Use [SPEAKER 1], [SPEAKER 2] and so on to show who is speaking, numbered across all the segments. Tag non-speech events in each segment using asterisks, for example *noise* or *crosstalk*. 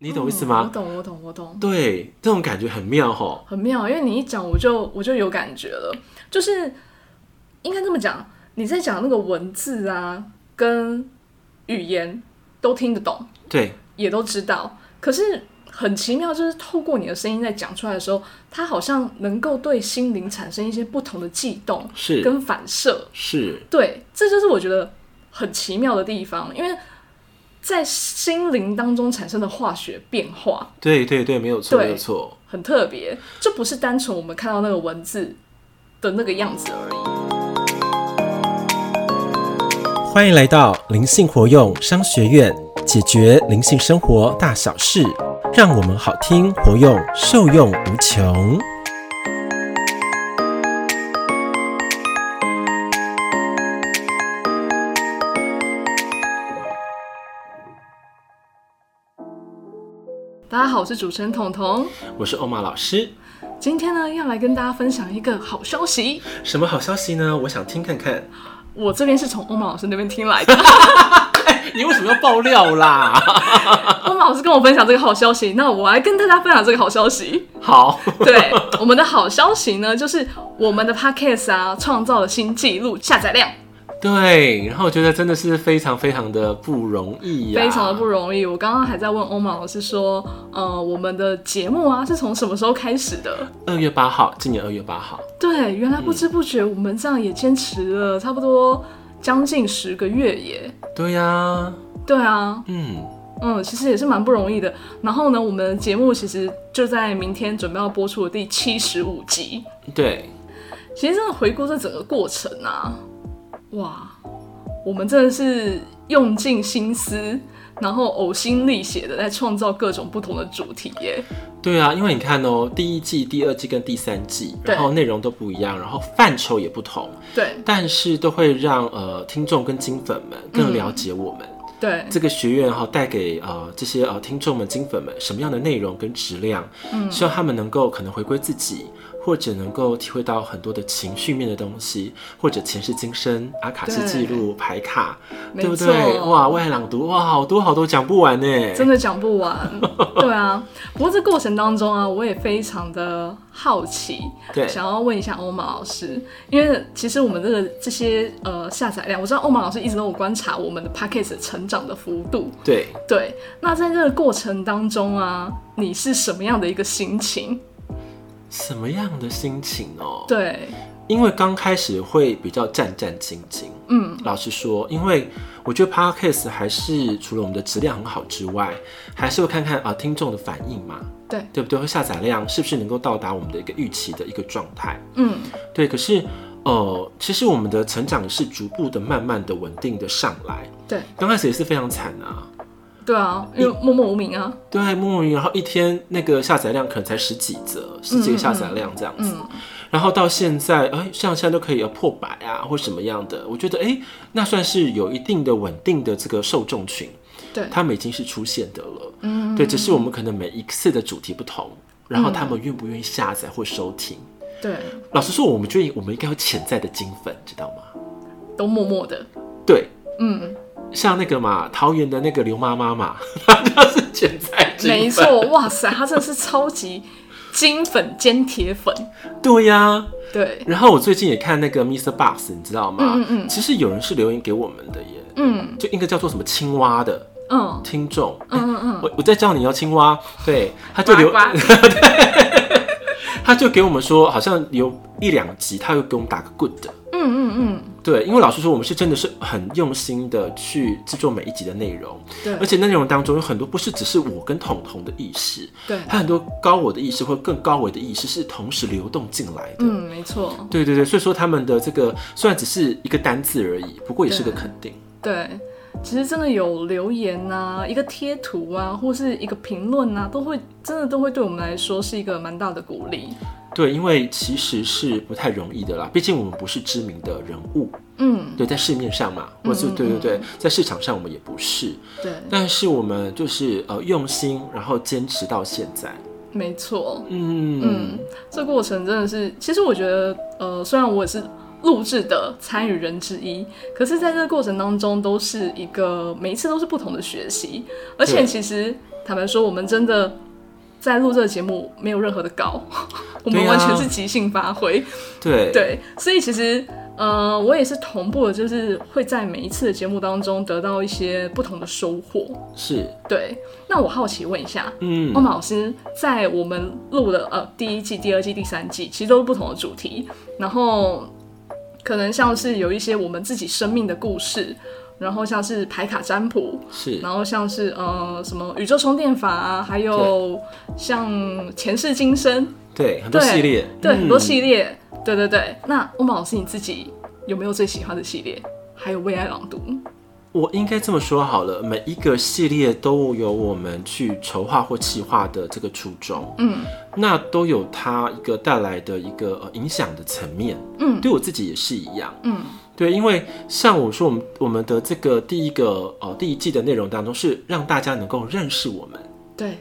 [SPEAKER 1] 你懂意思
[SPEAKER 2] 嗯我
[SPEAKER 1] 吗？
[SPEAKER 2] 懂，我懂，我懂，
[SPEAKER 1] 对，这种感觉很妙吼。
[SPEAKER 2] 很妙。因为你一讲，我就我就有感觉了，就是应该这么讲，你在讲那个文字啊，跟语言都听得懂，
[SPEAKER 1] 对，
[SPEAKER 2] 也都知道，可是很奇妙，就是透过你的声音在讲出来的时候，它好像能够对心灵产生一些不同的悸动
[SPEAKER 1] 是
[SPEAKER 2] 跟反射。
[SPEAKER 1] 是，
[SPEAKER 2] 对，这就是我觉得很奇妙的地方，因为在心灵当中产生的化学变化
[SPEAKER 1] 对对对，没有错，
[SPEAKER 2] 对
[SPEAKER 1] 没有错。
[SPEAKER 2] 很特别，这不是单纯我们看到那个文字的那个样子而已。
[SPEAKER 3] 欢迎来到灵性活用商学院，解决灵性生活大小事，让我们好听活用，受用无穷。
[SPEAKER 2] 大家好，我是主持人彤彤，
[SPEAKER 1] 我是欧玛老师，
[SPEAKER 2] 今天呢要来跟大家分享一个好消息，
[SPEAKER 1] 什么好消息呢？我想听看看。 *laughs*
[SPEAKER 2] 我这边是从欧玛老师那边听来的。
[SPEAKER 1] 你为什么要爆料啦？ *laughs*
[SPEAKER 2] 欧马老师跟我分享这个好消息，那我来跟大家分享这个好消息。
[SPEAKER 1] 好，
[SPEAKER 2] 对， *laughs* 我们的好消息呢，就是我们的 podcast 啊，创造了新纪录，下载量
[SPEAKER 1] 对，然后我觉得真的是非常非常的不容易呀、
[SPEAKER 2] 非常的不容易。我刚刚还在问欧马老师说，呃，我们的节目啊是从什么时候开始的？
[SPEAKER 1] 易。二月八号，今年二月八号，
[SPEAKER 2] 对，原来不
[SPEAKER 1] 嗯
[SPEAKER 2] 知不觉我们这样也坚持了差不多将近十个月耶。
[SPEAKER 1] 对呀、
[SPEAKER 2] 对啊，
[SPEAKER 1] 嗯，
[SPEAKER 2] 嗯，其实也是蛮不容易的。然后呢，我们的节目其实就在明天准备要播出的第七十五集。
[SPEAKER 1] 对，
[SPEAKER 2] 其实真的回顾这整个过程啊，哇，我们真的是用尽心思，然后呕心沥血的在创造各种不同的主题耶。
[SPEAKER 1] 对啊，因为你看哦，第一季、第二季跟第三季，
[SPEAKER 2] 对
[SPEAKER 1] 然后内容都不一样，然后范畴也不同，
[SPEAKER 2] 对
[SPEAKER 1] 但是都会让呃听众跟金粉们更了解我们、
[SPEAKER 2] 对
[SPEAKER 1] 这个学院哈、带给呃这些呃听众们、金粉们什么样的内容跟质量，嗯，希望他们能够可能回归自己，或者能够体会到很多的情绪面的东西，或者前世今生、阿卡西
[SPEAKER 2] 对
[SPEAKER 1] 记录、牌卡，
[SPEAKER 2] 没
[SPEAKER 1] 对不
[SPEAKER 2] 错
[SPEAKER 1] 对？哇，外朗读哇，好多好多讲不完呢，
[SPEAKER 2] 真的讲不完。对啊，不过这过程当中啊，我也非常的好奇，
[SPEAKER 1] 对
[SPEAKER 2] 想要问一下欧玛老师，因为其实我们这个这些呃下载量，我知道欧玛老师一直都有观察我们的 p a c k a g e 成长的幅度，
[SPEAKER 1] 对。
[SPEAKER 2] 对，那在这个过程当中啊，你是什么样的一个心情？
[SPEAKER 1] 什么样的心情哦？，
[SPEAKER 2] 对，
[SPEAKER 1] 因为刚开始会比较战战兢兢。
[SPEAKER 2] 嗯，
[SPEAKER 1] 老实说，因为我觉得 podcast 还是除了我们的质量很好之外，还是会看看啊、呃听众的反应嘛，
[SPEAKER 2] 对，
[SPEAKER 1] 对不对？会下载量是不是能够到达我们的一个预期的一个状态？
[SPEAKER 2] 嗯，
[SPEAKER 1] 对，可是呃，其实我们的成长是逐步的、慢慢的、稳定的上来。
[SPEAKER 2] 对，
[SPEAKER 1] 刚开始也是非常惨啊，
[SPEAKER 2] 对啊，因为默默无名啊，
[SPEAKER 1] 对，木鱼，然后一天那个下载量可能才十几则，十几个下载量这样子。然后到现在，哎，像现在都可以呃破百啊，或什么样的，我觉得哎，那算是有一定的稳定的这个受众群，
[SPEAKER 2] 对，
[SPEAKER 1] 他们已经是出现的了。嗯，对，只是我们可能每一次的主题不同，然后他们愿不愿意下载或收听。
[SPEAKER 2] 对，
[SPEAKER 1] 老实说，我们觉得我们应该有潜在的金粉，知道吗？
[SPEAKER 2] 都默默的，
[SPEAKER 1] 对，
[SPEAKER 2] 嗯，
[SPEAKER 1] 像那个嘛，桃园的那个刘妈妈嘛， *laughs* 她就是潜在金粉。
[SPEAKER 2] 没错，哇塞，他真的是超级金粉兼铁粉，
[SPEAKER 1] 对呀、
[SPEAKER 2] 对，
[SPEAKER 1] 然后我最近也看那个 Mr. Box，你知道吗？
[SPEAKER 2] 嗯嗯嗯
[SPEAKER 1] 其实有人是留言给我们的耶，
[SPEAKER 2] 嗯
[SPEAKER 1] 就一个叫做什么青蛙的
[SPEAKER 2] 嗯
[SPEAKER 1] 听众，
[SPEAKER 2] 嗯嗯
[SPEAKER 1] 我我在叫你要青蛙，对，他就留，
[SPEAKER 2] 呱
[SPEAKER 1] 他就给我们说，好像有一两集，他又给我们打个 good 的。
[SPEAKER 2] 嗯嗯
[SPEAKER 1] 对，因为老实说，我们是真的是很用心的去制作每一集的内容，
[SPEAKER 2] 嗯，
[SPEAKER 1] 而
[SPEAKER 2] 对
[SPEAKER 1] 且内容当中有很多不是只是我跟彤彤的意识，
[SPEAKER 2] 对，
[SPEAKER 1] 还有很多高我的意识或更高维的意识是同时流动进来的。
[SPEAKER 2] 嗯，没错，
[SPEAKER 1] 对对对，所以说他们的这个虽然只是一个单字而已，不过也是个肯定。
[SPEAKER 2] 对。其实真的有留言啊，一个贴图啊，或是一个评论啊，都会真的都会对我们来说是一个蛮大的鼓励。
[SPEAKER 1] 对，因为其实是不太容易的啦，毕竟我们不是知名的人物，
[SPEAKER 2] 嗯，
[SPEAKER 1] 对，在市面上嘛，或是
[SPEAKER 2] 嗯嗯
[SPEAKER 1] 对对对，在市场上我们也不是，
[SPEAKER 2] 对，
[SPEAKER 1] 但是我们就是呃用心，然后坚持到现在。
[SPEAKER 2] 没错，
[SPEAKER 1] 嗯，
[SPEAKER 2] 这过程真的是，其实我觉得，呃，虽然我也是录制的参与人之一，可是在这个过程当中，都是一个每一次都是不同的学习，而且
[SPEAKER 1] 对
[SPEAKER 2] 其实坦白说，我们真的在录这个节目没有任何的
[SPEAKER 1] *laughs*
[SPEAKER 2] 稿，我们
[SPEAKER 1] 对啊
[SPEAKER 2] 完全是即兴发挥。
[SPEAKER 1] 对
[SPEAKER 2] 对，所以其实呃，我也是同步的，就是会在每一次的节目当中得到一些不同的收获。
[SPEAKER 1] 是，
[SPEAKER 2] 对，那我好奇问一下，
[SPEAKER 1] 嗯
[SPEAKER 2] 欧，马哦老师在我们录的呃第一季、第二季、第三季，其实都是不同的主题，然后可能像是有一些我们自己生命的故事，然后像是牌卡占卜，
[SPEAKER 1] 是
[SPEAKER 2] 然后像是呃什么宇宙充电法啊，还有像前世今生，
[SPEAKER 1] 对很多
[SPEAKER 2] 对
[SPEAKER 1] 系列，
[SPEAKER 2] 对，很多
[SPEAKER 1] 嗯
[SPEAKER 2] 系列，对对对。那欧马老师你自己有没有最喜欢的系列？还有为爱朗读，
[SPEAKER 1] 我应该这么说好了，每一个系列都有我们去筹划或企划的这个初衷，
[SPEAKER 2] 嗯，
[SPEAKER 1] 那都有它一个带来的一个呃影响的层面，
[SPEAKER 2] 嗯
[SPEAKER 1] 对我自己也是一样，
[SPEAKER 2] 嗯，
[SPEAKER 1] 对，因为像我说，我们我们的这个第一个呃第一季的内容当中是让大家能够认识我们，
[SPEAKER 2] 对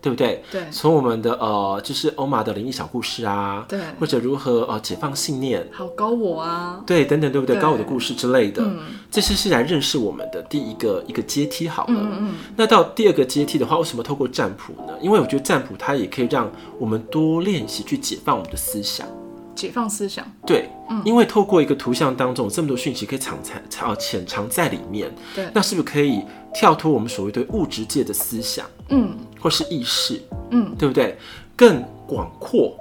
[SPEAKER 1] 对不对？
[SPEAKER 2] 对
[SPEAKER 1] 从我们的呃就是欧玛的灵异小故事啊，
[SPEAKER 2] 对
[SPEAKER 1] 或者如何呃解放信念，
[SPEAKER 2] 好高我啊，
[SPEAKER 1] 对，等等，对不对？
[SPEAKER 2] 对
[SPEAKER 1] 高我的故事之类的，
[SPEAKER 2] 嗯
[SPEAKER 1] 这些是来认识我们的第一个一个阶梯好了。
[SPEAKER 2] 嗯嗯嗯，
[SPEAKER 1] 那到第二个阶梯的话，为什么透过占卜呢？因为我觉得占卜它也可以让我们多练习去解放我们的思想。
[SPEAKER 2] 解放思想，
[SPEAKER 1] 对，
[SPEAKER 2] 嗯
[SPEAKER 1] 因为透过一个图像当中有这么多讯息可以藏在藏呃潜藏在里面，
[SPEAKER 2] 对，
[SPEAKER 1] 那是不是可以跳脱我们所谓对物质界的思想
[SPEAKER 2] 嗯
[SPEAKER 1] 或是意识，
[SPEAKER 2] 嗯
[SPEAKER 1] 对不对？更广阔，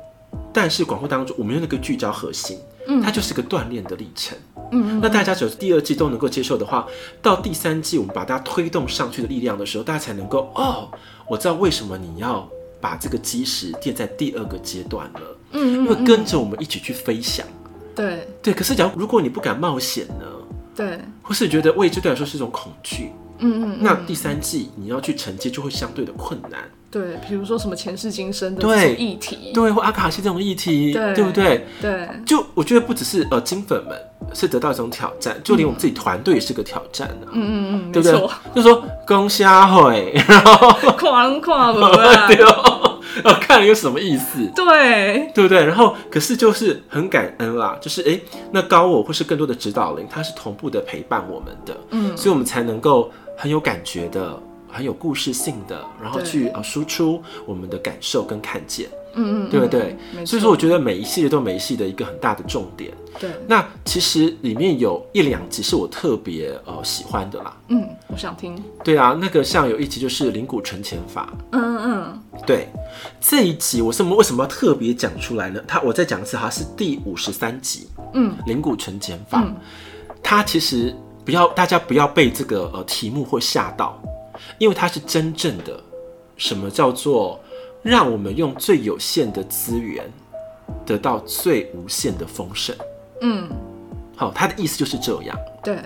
[SPEAKER 1] 但是广阔当中我们用那个聚焦核心，
[SPEAKER 2] 嗯
[SPEAKER 1] 它就是个锻炼的历程。
[SPEAKER 2] 嗯嗯，
[SPEAKER 1] 那大家只有第二季都能够接受的话，到第三季我们把它推动上去的力量的时候，大家才能够哦，我知道为什么你要把这个基石垫在第二个阶段了，
[SPEAKER 2] 嗯
[SPEAKER 1] 因
[SPEAKER 2] 嗯
[SPEAKER 1] 为跟着我们一起去飞翔。
[SPEAKER 2] 对
[SPEAKER 1] 对，可是假如如果你不敢冒险呢，
[SPEAKER 2] 对，
[SPEAKER 1] 或是觉得未知对来说是一种恐惧，
[SPEAKER 2] 嗯嗯，
[SPEAKER 1] 那第三季你要去承接就会相对的困难。
[SPEAKER 2] 对，比如说什么前世今生的
[SPEAKER 1] 对
[SPEAKER 2] 这种议题，
[SPEAKER 1] 对，或阿卡西这种议题，
[SPEAKER 2] 对
[SPEAKER 1] 不对？
[SPEAKER 2] 对
[SPEAKER 1] 就我觉得不只是呃金粉们是得到一种挑战，就连我们自己团队也是个挑战啊。
[SPEAKER 2] 嗯嗯嗯，
[SPEAKER 1] 对
[SPEAKER 2] 没
[SPEAKER 1] 不对
[SPEAKER 2] 错，？
[SPEAKER 1] *laughs* 就说公虾会，然后
[SPEAKER 2] 狂跨文啊，
[SPEAKER 1] *laughs* 对哦，然后看了有什么意思，
[SPEAKER 2] 对
[SPEAKER 1] 对不对？然后可是就是很感恩啦，就是诶，那高我或是更多的指导灵，它是同步的陪伴我们的，
[SPEAKER 2] 嗯
[SPEAKER 1] 所以我们才能够很有感觉的。很有故事性的，然后
[SPEAKER 2] 对
[SPEAKER 1] 去呃输出我们的感受跟看见，
[SPEAKER 2] 嗯嗯，
[SPEAKER 1] 对不对？
[SPEAKER 2] 没错
[SPEAKER 1] 所以说，我觉得每一系列都有每一系列的一个很大的重点。
[SPEAKER 2] 对，
[SPEAKER 1] 那其实里面有一两集是我特别呃喜欢的啦，
[SPEAKER 2] 嗯，我想听，
[SPEAKER 1] 对啊，那个像有一集就是灵骨存钱法，
[SPEAKER 2] 嗯嗯
[SPEAKER 1] 对，这一集我是为什么要特别讲出来呢？它我再讲一次哈，是第五十三集
[SPEAKER 2] 嗯
[SPEAKER 1] 《灵骨纯减法》
[SPEAKER 2] 嗯
[SPEAKER 1] 它其实不要大家不要被这个呃题目或吓到，因为它是真正的什么叫做让我们用最有限的资源得到最无限的丰盛。
[SPEAKER 2] 嗯
[SPEAKER 1] 好、它的意思就是这样，
[SPEAKER 2] 嗯，对，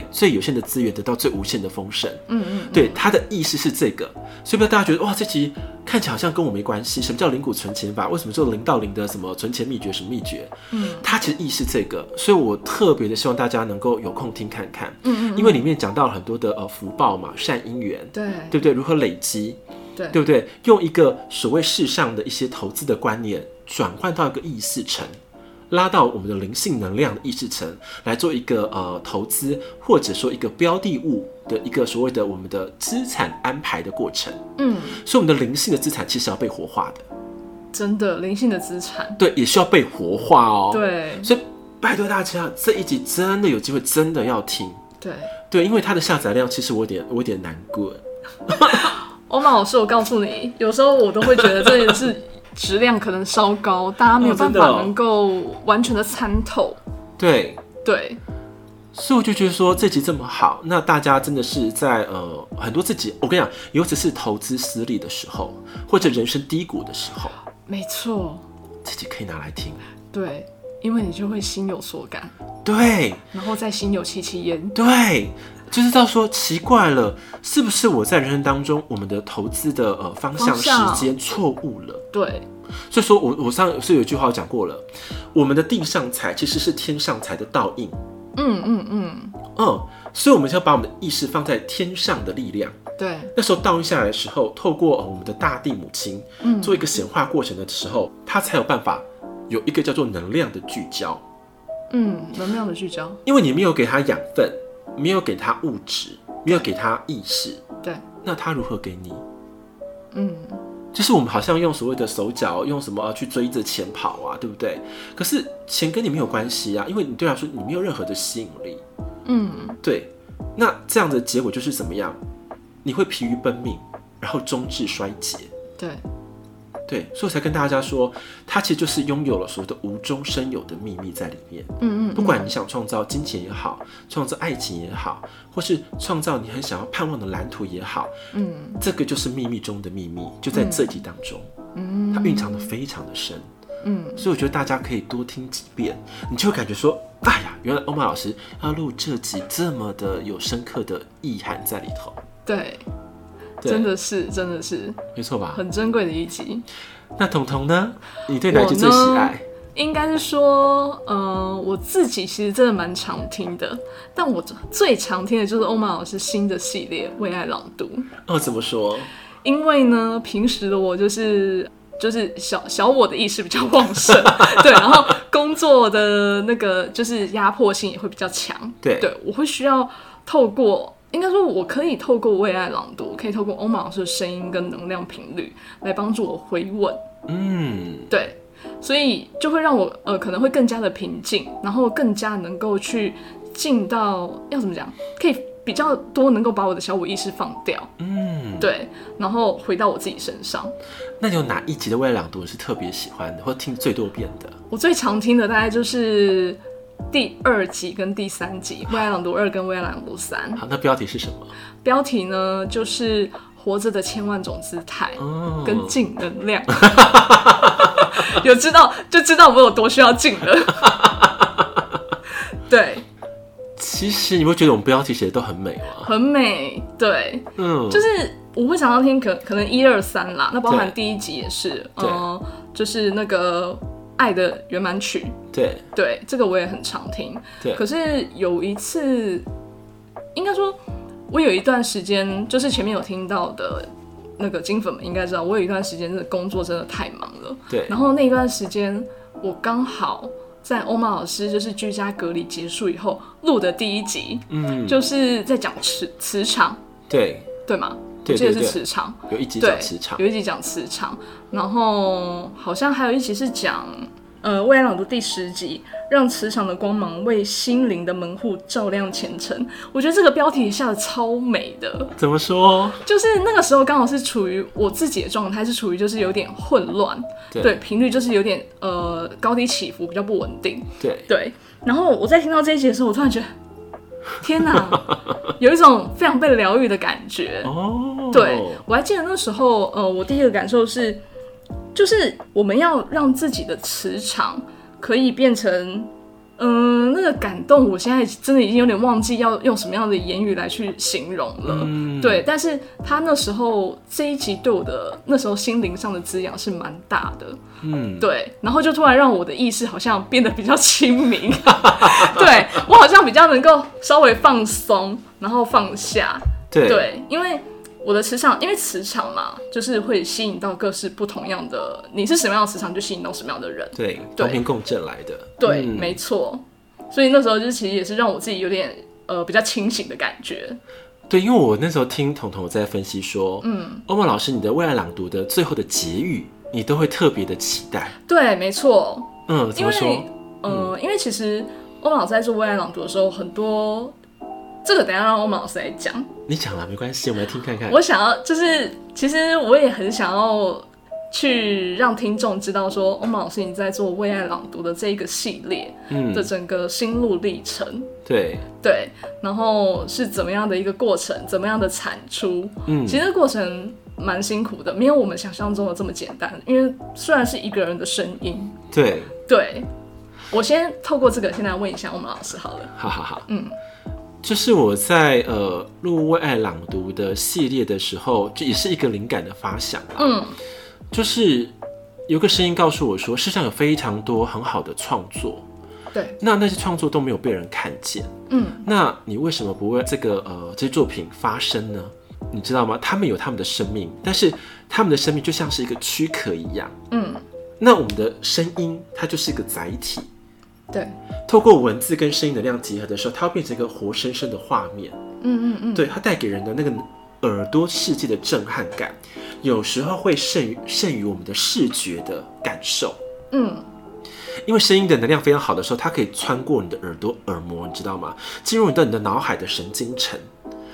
[SPEAKER 1] 对，最有限的资源得到最无限的丰盛。
[SPEAKER 2] 嗯嗯
[SPEAKER 1] 对，他的意思是这个，所以不要大家觉得哇，这集看起来好像跟我没关系。什么叫灵骨存钱法？为什么做零到零的什么存钱秘诀？什么秘诀？
[SPEAKER 2] 嗯，
[SPEAKER 1] 它其实意思这个，所以我特别的希望大家能够有空听看看，
[SPEAKER 2] 嗯嗯，
[SPEAKER 1] 因为里面讲到了很多的呃福报嘛，善因缘，
[SPEAKER 2] 对
[SPEAKER 1] 对不对？如何累积，
[SPEAKER 2] 对
[SPEAKER 1] 对不对？用一个所谓世上的一些投资的观念，转换到一个意识层，拉到我们的灵性能量的意识层来做一个呃投资，或者说一个标的物的一个所谓的我们的资产安排的过程。
[SPEAKER 2] 嗯，
[SPEAKER 1] 所以我们的灵性的资产其实要被活化的，
[SPEAKER 2] 真的灵性的资产，
[SPEAKER 1] 对，也需要被活化哦。，
[SPEAKER 2] 对
[SPEAKER 1] 所以拜托大家这一集真的有机会，真的要听。
[SPEAKER 2] 对。
[SPEAKER 1] 对，因为它的下载量其实我有点我有点难过。
[SPEAKER 2] 欧曼老师，我告诉你，有时候我都会觉得这是质量可能稍高，大家没有
[SPEAKER 1] 哦
[SPEAKER 2] 办
[SPEAKER 1] 真的
[SPEAKER 2] 法
[SPEAKER 1] 哦
[SPEAKER 2] 能够完全的参透。
[SPEAKER 1] 对，
[SPEAKER 2] 对，
[SPEAKER 1] 所以我就觉得说这集这么好，那大家真的是在呃很多自己，我跟你讲，尤其是投资失利的时候，或者人生低谷的时候，
[SPEAKER 2] 没错，
[SPEAKER 1] 自己可以拿来听。
[SPEAKER 2] 对，因为你就会心有所感，
[SPEAKER 1] 对
[SPEAKER 2] 然后再心有戚戚焉。
[SPEAKER 1] 对，就知道说奇怪了，是不是我在人生当中我们的投资的呃方向、
[SPEAKER 2] 方向
[SPEAKER 1] 时间错误了？
[SPEAKER 2] 对，
[SPEAKER 1] 所以说我我上是有一句话讲过了，我们的地上财其实是天上财的倒映。
[SPEAKER 2] 嗯嗯嗯，
[SPEAKER 1] 嗯，所以我们就要把我们的意识放在天上的力量。
[SPEAKER 2] 对，
[SPEAKER 1] 那时候倒映下来的时候，透过呃我们的大地母亲，
[SPEAKER 2] 嗯
[SPEAKER 1] 做一个显化过程的时候，它才有办法有一个叫做能量的聚焦，
[SPEAKER 2] 嗯，能量的聚焦，
[SPEAKER 1] 因为你没有给它养分，没有给它物质，没有给它意识，
[SPEAKER 2] 对，
[SPEAKER 1] 那它如何给你？
[SPEAKER 2] 嗯，
[SPEAKER 1] 就是我们好像用所谓的手脚，用什么、啊、去追着钱跑啊，对不对？可是钱跟你没有关系啊，因为你对他说你没有任何的吸引力。
[SPEAKER 2] 嗯，
[SPEAKER 1] 对，那这样的结果就是怎么样？你会疲于奔命，然后终至衰竭。
[SPEAKER 2] 对，
[SPEAKER 1] 对，所以我才跟大家说，它其实就是拥有了所谓的无中生有的秘密在里面。
[SPEAKER 2] 嗯嗯，
[SPEAKER 1] 不管你想创造金钱也好，创造爱情也好，或是创造你很想要盼望的蓝图也好，
[SPEAKER 2] 嗯
[SPEAKER 1] 这个就是秘密中的秘密，就在这集当中，
[SPEAKER 2] 嗯
[SPEAKER 1] 它蕴藏的非常的深。
[SPEAKER 2] 嗯，
[SPEAKER 1] 所以我觉得大家可以多听几遍，你就会感觉说，哎呀，原来欧曼老师要录这集这么的有深刻的意涵在里头。
[SPEAKER 2] 对，
[SPEAKER 1] 对
[SPEAKER 2] 真，的是真的是
[SPEAKER 1] 没错吧？
[SPEAKER 2] 很珍贵的一集。
[SPEAKER 1] 那彤彤呢？你对哪一集最喜爱？
[SPEAKER 2] 应该是说，呃，我自己其实真的蛮常听的，但我最常听的就是欧曼老师新的系列《为爱朗读》，
[SPEAKER 1] 哦，怎么说？
[SPEAKER 2] 因为呢，平时的我就是就是小小我的意识比较旺盛， *laughs* 对，然后工作的那个就是压迫性也会比较强，
[SPEAKER 1] 对
[SPEAKER 2] 对我会需要透过。应该说，我可以透过为爱朗读，可以透过欧曼老师的声音跟能量频率来帮助我回稳，
[SPEAKER 1] 嗯，
[SPEAKER 2] 对，所以就会让我呃可能会更加的平静，然后更加能够去进到要怎么讲，可以比较多能够把我的小我意识放掉，
[SPEAKER 1] 嗯，
[SPEAKER 2] 对，然后回到我自己身上。
[SPEAKER 1] 那有哪一集的未来朗读你是特别喜欢的，或听最多遍的？
[SPEAKER 2] 我最常听的大概就是第二集跟第三集《未来朗读二》跟《未来朗读三》，
[SPEAKER 1] 好，那标题是什么？
[SPEAKER 2] 标题呢就是《活着的千万种姿态》。
[SPEAKER 1] 哦，
[SPEAKER 2] 跟净能量，有知道就知道我有多需要净了。对，
[SPEAKER 1] 其实你会觉得我们标题写的都很美吗？
[SPEAKER 2] 很美，对，
[SPEAKER 1] 嗯，
[SPEAKER 2] 就是是我会想要听可可能一二三啦，那包含
[SPEAKER 1] 对
[SPEAKER 2] 第一集也是，
[SPEAKER 1] 对
[SPEAKER 2] 呃，就是那个爱的圆满曲，
[SPEAKER 1] 对
[SPEAKER 2] 对，这个我也很常听。
[SPEAKER 1] 对
[SPEAKER 2] 可是有一次，应该说，我有一段时间，就是前面有听到的那个金粉们应该知道，我有一段时间真的工作真的太忙了，
[SPEAKER 1] 对
[SPEAKER 2] 然后那一段时间，我刚好在欧曼老师就是居家隔离结束以后录的第一集，
[SPEAKER 1] 嗯，
[SPEAKER 2] 就是在讲磁磁场，
[SPEAKER 1] 对
[SPEAKER 2] 对吗？
[SPEAKER 1] 对
[SPEAKER 2] 我记得
[SPEAKER 1] 对
[SPEAKER 2] 是
[SPEAKER 1] 对，
[SPEAKER 2] 磁场，
[SPEAKER 1] 有一集
[SPEAKER 2] 对
[SPEAKER 1] 讲，磁场
[SPEAKER 2] 有，一集讲磁场，然后好像还有一集是讲呃《未来朗读》第十集，让磁场的光芒为心灵的门户照亮前程。我觉得这个标题下的超美的，
[SPEAKER 1] 怎么说？
[SPEAKER 2] 就是那个时候刚好是处于我自己的状态，是处于就是有点混乱，
[SPEAKER 1] 对
[SPEAKER 2] 对频率就是有点呃高低起伏，比较不稳定。
[SPEAKER 1] 对，
[SPEAKER 2] 对，然后我在听到这一集的时候，我突然觉得，
[SPEAKER 1] *laughs*
[SPEAKER 2] 天哪，有一种非常被疗愈的感觉。
[SPEAKER 1] 哦，
[SPEAKER 2] 对，我还记得那时候，呃，我第一个感受是，就是我们要让自己的磁场可以变成，嗯、那个感动，我现在真的已经有点忘记要用什么样的言语来去形容了。
[SPEAKER 1] 嗯，
[SPEAKER 2] 对，但是他那时候这一集对我的那时候心灵上的滋养是蛮大的，
[SPEAKER 1] 嗯，
[SPEAKER 2] 对，然后就突然让我的意识好像变得比较清明， *laughs* 对我好像比较能够稍微放松，然后放下，
[SPEAKER 1] 对
[SPEAKER 2] 对，因为我的磁场，因为磁场嘛，就是会吸引到各式不同样的，你是什么样的磁场，就吸引到什么样的人。
[SPEAKER 1] 对，同频共振来的，
[SPEAKER 2] 对，
[SPEAKER 1] 嗯
[SPEAKER 2] 没错。所以那时候就是其实也是让我自己有点呃比较清醒的感觉。
[SPEAKER 1] 对，因为我那时候听彤彤在分析说，嗯，欧曼老师，你的未来朗读的最后的结语，你都会特别的期待，
[SPEAKER 2] 对，没错，
[SPEAKER 1] 嗯，怎
[SPEAKER 2] 因
[SPEAKER 1] 么
[SPEAKER 2] 为
[SPEAKER 1] 说？嗯
[SPEAKER 2] 呃，因为其实欧曼老师在做未来朗读的时候，很多这个等一下让欧曼老师来讲。
[SPEAKER 1] 你讲了没关系，我们来听看看。
[SPEAKER 2] 我想要就是，其实我也很想要去让听众知道说，欧曼老师你在做为爱朗读的这一个系列
[SPEAKER 1] 嗯
[SPEAKER 2] 的，整个心路历程，
[SPEAKER 1] 对，
[SPEAKER 2] 对，然后是怎么样的一个过程，怎么样的产出，
[SPEAKER 1] 嗯，
[SPEAKER 2] 其实这个过程蛮辛苦的，没有我们想象中的这么简单，因为虽然是一个人的声音，
[SPEAKER 1] 对，
[SPEAKER 2] 对。我先透过这个，先来问一下欧曼老师好了。
[SPEAKER 1] 哈哈哈，
[SPEAKER 2] 嗯，
[SPEAKER 1] 就是我在呃录为爱朗读的系列的时候，这也是一个灵感的发想啦，
[SPEAKER 2] 嗯
[SPEAKER 1] 就是有个声音告诉我说，世上有非常多很好的创作，
[SPEAKER 2] 对，
[SPEAKER 1] 那那些创作都没有被人看见。
[SPEAKER 2] 嗯
[SPEAKER 1] 那你为什么不为这个呃这些作品发声呢？你知道吗？他们有他们的生命，但是他们的生命就像是一个躯壳一样。
[SPEAKER 2] 嗯，
[SPEAKER 1] 那我们的声音，它就是一个载体，
[SPEAKER 2] 对，
[SPEAKER 1] 透过文字跟声音能量结合的时候，它会变成一个活生生的画面。
[SPEAKER 2] 嗯嗯嗯，
[SPEAKER 1] 对，它带给人的那个耳朵世界的震撼感，有时候会胜于胜于我们的视觉的感受，
[SPEAKER 2] 嗯，
[SPEAKER 1] 因为声音的能量非常好的时候，它可以穿过你的耳朵耳膜，你知道吗？进入到你的脑海的神经层。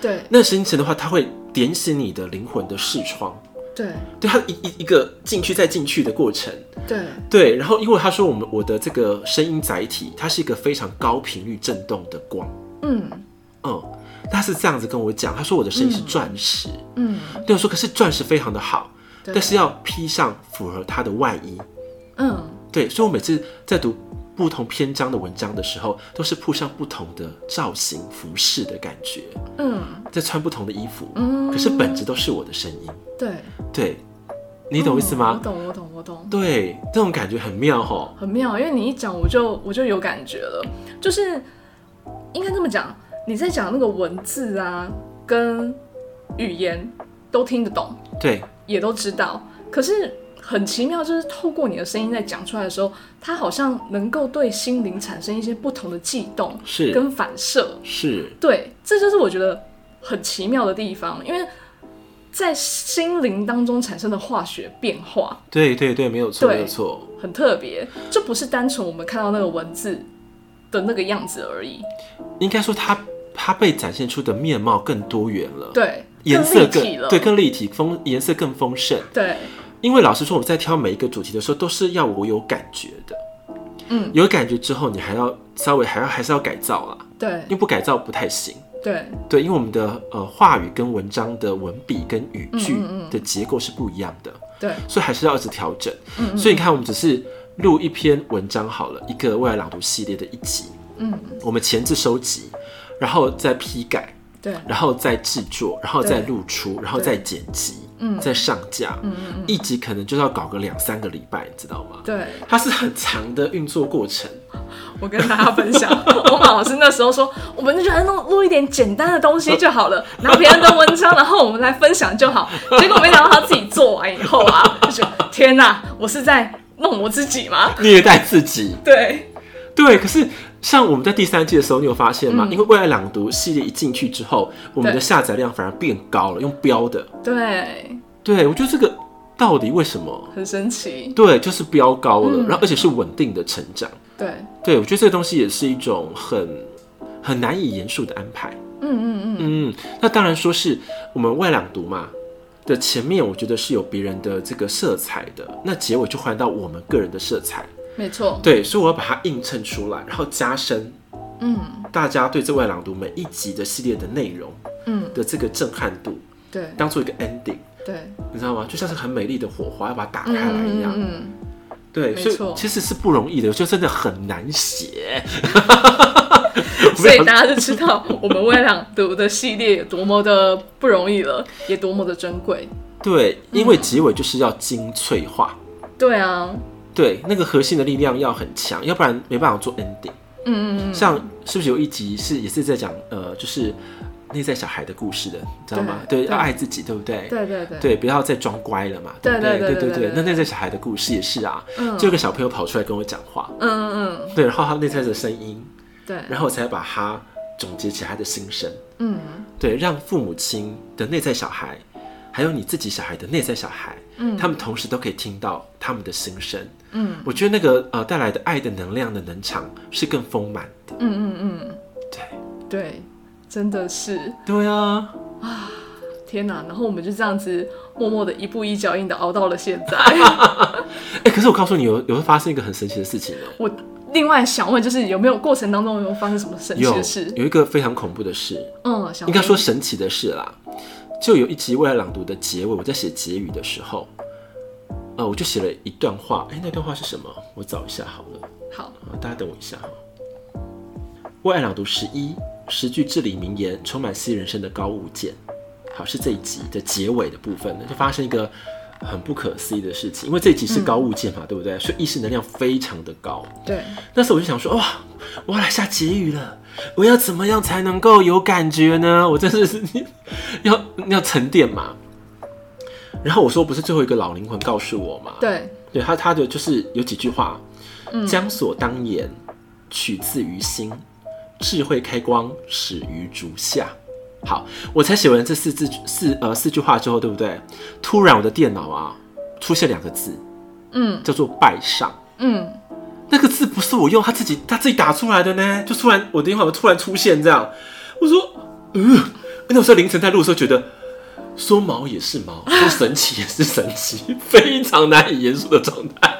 [SPEAKER 2] 对
[SPEAKER 1] 那神经层的话，它会点醒你的灵魂的视窗，
[SPEAKER 2] 对
[SPEAKER 1] 对它一一一个进去再进去的过程。
[SPEAKER 2] 对，
[SPEAKER 1] 对，然后因为他说我们我的这个声音载体，它是一个非常高频率震动的光，
[SPEAKER 2] 嗯
[SPEAKER 1] 嗯，他是这样子跟我讲，他说我的声音是钻石，
[SPEAKER 2] 嗯
[SPEAKER 1] 对我说可是钻石非常的好，
[SPEAKER 2] 对
[SPEAKER 1] 但是要披上符合它的外衣，
[SPEAKER 2] 嗯，
[SPEAKER 1] 对，所以我每次在读不同篇章的文章的时候，都是铺上不同的造型服饰的感觉，
[SPEAKER 2] 嗯
[SPEAKER 1] 在穿不同的衣服，
[SPEAKER 2] 嗯，
[SPEAKER 1] 可是本质都是我的声音，
[SPEAKER 2] 对，
[SPEAKER 1] 对，你懂我意思
[SPEAKER 2] 嗯我
[SPEAKER 1] 吗？
[SPEAKER 2] 懂，我懂，我懂。
[SPEAKER 1] 对，这种感觉很妙吼，
[SPEAKER 2] 很妙，因为你一讲，我就我就有感觉了。就是应该这么讲，你在讲那个文字啊，跟语言都听得懂，
[SPEAKER 1] 对，
[SPEAKER 2] 也都知道。可是很奇妙，就是透过你的声音在讲出来的时候，它好像能够对心灵产生一些不同的悸动
[SPEAKER 1] 是
[SPEAKER 2] 跟反射。
[SPEAKER 1] 是，
[SPEAKER 2] 对，这就是我觉得很奇妙的地方，因为在心灵当中产生的化学变化。
[SPEAKER 1] 对对对，没有错，
[SPEAKER 2] 对
[SPEAKER 1] 没有错。
[SPEAKER 2] 很特别，就不是单纯我们看到那个文字的那个样子而已。
[SPEAKER 1] 应该说它它被展现出的面貌更多元了，，
[SPEAKER 2] 对，
[SPEAKER 1] 颜色
[SPEAKER 2] 更
[SPEAKER 1] 更
[SPEAKER 2] 立体了。
[SPEAKER 1] 对更立体，丰颜色更丰盛。
[SPEAKER 2] 对
[SPEAKER 1] 因为老实说，我们在挑每一个主题的时候，都是要我有感觉的，
[SPEAKER 2] 嗯，
[SPEAKER 1] 有感觉之后，你还要稍微还要还是要改造啦，
[SPEAKER 2] 对
[SPEAKER 1] 因为不改造不太行。
[SPEAKER 2] 对
[SPEAKER 1] 对，因为我们的呃话语跟文章的文笔跟语句
[SPEAKER 2] 嗯嗯嗯
[SPEAKER 1] 的结构是不一样的，
[SPEAKER 2] 对，
[SPEAKER 1] 所以还是要一直调整。
[SPEAKER 2] 嗯
[SPEAKER 1] 所以你看，我们只是录一篇文章好了，一个未来朗读系列的一集，
[SPEAKER 2] 嗯
[SPEAKER 1] 我们前置收集，然后再批改，
[SPEAKER 2] 对，
[SPEAKER 1] 然后再制作，然后
[SPEAKER 2] 对
[SPEAKER 1] 再露出，然后再剪辑，
[SPEAKER 2] 嗯
[SPEAKER 1] 再上架，
[SPEAKER 2] 嗯嗯嗯，
[SPEAKER 1] 一集可能就要搞个两三个礼拜，你知道吗？
[SPEAKER 2] 对。
[SPEAKER 1] 它是很长的运作过程，
[SPEAKER 2] 我跟大家分享，我马老师那时候说，我们就来弄录一点简单的东西就好了，拿别人的文章，然后我们来分享就好。结果没想到他自己做完以后啊，就觉得天哪，我是在弄我自己吗？
[SPEAKER 1] 虐待自己。
[SPEAKER 2] 对
[SPEAKER 1] 对，可是像我们在第三季的时候，你有发现吗？
[SPEAKER 2] 嗯
[SPEAKER 1] 因为未来朗读系列一进去之后，我们
[SPEAKER 2] 对
[SPEAKER 1] 的下载量反而变高了，用标的。
[SPEAKER 2] 对，
[SPEAKER 1] 对，我觉得这个到底为什么？
[SPEAKER 2] 很神奇。
[SPEAKER 1] 对，就是标高了，
[SPEAKER 2] 嗯
[SPEAKER 1] 然后而且是稳定的成长。
[SPEAKER 2] 对，
[SPEAKER 1] 对，我觉得这个东西也是一种很很难以言述的安排。
[SPEAKER 2] 嗯嗯嗯，
[SPEAKER 1] 嗯，那当然说是我们外朗读嘛的前面，我觉得是有别人的这个色彩的，那结尾就换到我们个人的色彩。
[SPEAKER 2] 没错。
[SPEAKER 1] 对，所以我要把它映衬出来，然后加深
[SPEAKER 2] 嗯
[SPEAKER 1] 大家对这外朗读每一集的系列的内容
[SPEAKER 2] 嗯，
[SPEAKER 1] 的这个震撼度，
[SPEAKER 2] 对
[SPEAKER 1] 当做一个 ending，
[SPEAKER 2] 对。
[SPEAKER 1] 你知道吗？就像是很美丽的火花，要把它打开来一样。
[SPEAKER 2] 嗯
[SPEAKER 1] 对，
[SPEAKER 2] 没
[SPEAKER 1] 所
[SPEAKER 2] 错
[SPEAKER 1] 以其实是不容易的，就真的很难写。
[SPEAKER 2] 嗯 *laughs* 所以大家就知道我们微朗读的系列有多么的不容易了，也多么的珍贵。
[SPEAKER 1] 对，因为结尾就是要精粹化，
[SPEAKER 2] 对啊，
[SPEAKER 1] 对，那个核心的力量要很强，要不然没办法做 ending。
[SPEAKER 2] 嗯嗯嗯，
[SPEAKER 1] 像是不是有一集是也是在讲呃，就是内在小孩的故事的，你知道吗？
[SPEAKER 2] 对
[SPEAKER 1] 对，
[SPEAKER 2] 对
[SPEAKER 1] 要爱自己，对不对？
[SPEAKER 2] 对对对，
[SPEAKER 1] 对，不要再装乖了嘛，
[SPEAKER 2] 对
[SPEAKER 1] 不对？
[SPEAKER 2] 对对对
[SPEAKER 1] 对
[SPEAKER 2] 对对
[SPEAKER 1] 那内在小孩的故事也是啊，
[SPEAKER 2] 嗯
[SPEAKER 1] 就有个小朋友跑出来跟我讲话，
[SPEAKER 2] 嗯嗯嗯，
[SPEAKER 1] 对，然后他内在的声音，
[SPEAKER 2] 对，
[SPEAKER 1] 然后我才把他总结起来的心声，
[SPEAKER 2] 嗯
[SPEAKER 1] 对，让父母亲的内在小孩，还有你自己小孩的内在小孩，
[SPEAKER 2] 嗯
[SPEAKER 1] 他们同时都可以听到他们的心声。
[SPEAKER 2] 嗯
[SPEAKER 1] 我觉得那个呃带来的爱的能量的能场是更丰满的，
[SPEAKER 2] 嗯嗯嗯，
[SPEAKER 1] 对。
[SPEAKER 2] 对，真的是
[SPEAKER 1] 对啊，
[SPEAKER 2] 天哪！然后我们就这样子默默的一步一脚印的熬到了现 *laughs* 在。
[SPEAKER 1] 哎、可是我告诉你，有有发生一个很神奇的事情哦、
[SPEAKER 2] 我另外想问，就是有没有过程当中有没有发生什么神奇
[SPEAKER 1] 有
[SPEAKER 2] 的事？
[SPEAKER 1] 有一个非常恐怖的事，
[SPEAKER 2] 嗯，想
[SPEAKER 1] 应该说神奇的事啦。就有一集未来朗读的结尾，我在写结语的时候，呃，我就写了一段话。哎、那段话是什么？我找一下好了，
[SPEAKER 2] 好，
[SPEAKER 1] 啊，大家等我一下哈。未来朗读十一十句至理名言，充满吸人生的高物件。好，是这一集的结尾的部分呢，就发生一个很不可思议的事情，因为这一集是高物件嘛，对不对？所以意识能量非常的高。
[SPEAKER 2] 对，
[SPEAKER 1] 那时候我就想说，哇，我要来下结语了，我要怎么样才能够有感觉呢？我真的是要要沉淀嘛。然后我说，不是最后一个老灵魂告诉我嘛？，
[SPEAKER 2] 对，
[SPEAKER 1] 对他他的就是有几句话，将所当言，取自于心，智慧开光始于足下。好，我才写完这四字四呃四句话之后，对不对？突然我的电脑啊出现两个字，
[SPEAKER 2] 嗯
[SPEAKER 1] 叫做拜上。
[SPEAKER 2] 嗯，
[SPEAKER 1] 那个字不是我用，他自己他自己打出来的呢，就突然我的电话突然出现这样，我说，呃，那时候凌晨在录的时候觉得，说毛也是毛，说神奇也是神奇， *laughs* 非常难以言述的状态，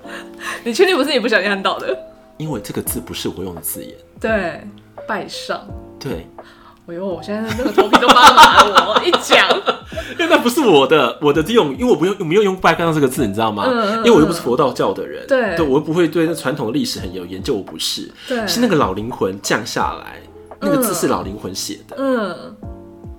[SPEAKER 2] *laughs* 你确定不是你不小心按到的？
[SPEAKER 1] 因为这个字不是我用的字眼，
[SPEAKER 2] 对，拜上。
[SPEAKER 1] 对，
[SPEAKER 2] 哎呦，我现在那个头皮都发麻了，我一讲，
[SPEAKER 1] 因为那不是我的我的用，因为我不用我没有用拜干这个字，你知道吗？
[SPEAKER 2] 嗯嗯
[SPEAKER 1] 因为我又不是佛道教的人，
[SPEAKER 2] 对
[SPEAKER 1] 我又不会对那传统历史很有研究，我不是，
[SPEAKER 2] 对
[SPEAKER 1] 是那个老灵魂降下来，那个字是老灵魂写的，
[SPEAKER 2] 嗯，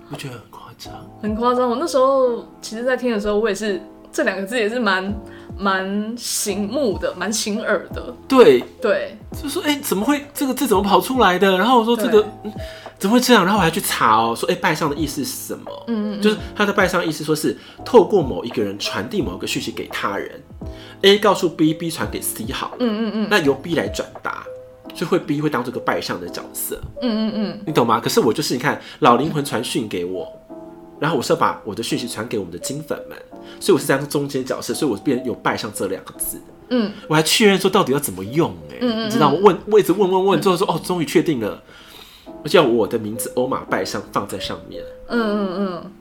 [SPEAKER 1] 我觉得很夸张。
[SPEAKER 2] 很夸张。我那时候其实，在听的时候，我也是这两个字也是蛮蛮醒目的，蛮醒耳的。
[SPEAKER 1] 对，
[SPEAKER 2] 对，
[SPEAKER 1] 就说哎、怎么会这个字怎么跑出来的？然后我说这
[SPEAKER 2] 对
[SPEAKER 1] 个、嗯怎么会这样？然后我还去查哦，说哎、拜上的意思是什么？
[SPEAKER 2] 嗯嗯
[SPEAKER 1] 就是他的拜上意思说是透过某一个人传递某个讯息给他人，A 告诉 B，B 传给 C 好了，
[SPEAKER 2] 嗯嗯嗯
[SPEAKER 1] 那由 B 来转达。所以会 B 会当做个拜上的角色，
[SPEAKER 2] 嗯嗯嗯，
[SPEAKER 1] 你懂吗？可是我就是你看老灵魂传讯给我，然后我是要把我的讯息传给我们的金粉们，所以我是当中间角色，所以我变有拜上这两个字。
[SPEAKER 2] 嗯，
[SPEAKER 1] 我还确认说到底要怎么用、哎、
[SPEAKER 2] 嗯嗯
[SPEAKER 1] 你知道吗？问，我一直问问问，最后说哦，终于确定了，我叫我的名字欧马拜上放在上面。
[SPEAKER 2] 嗯嗯嗯，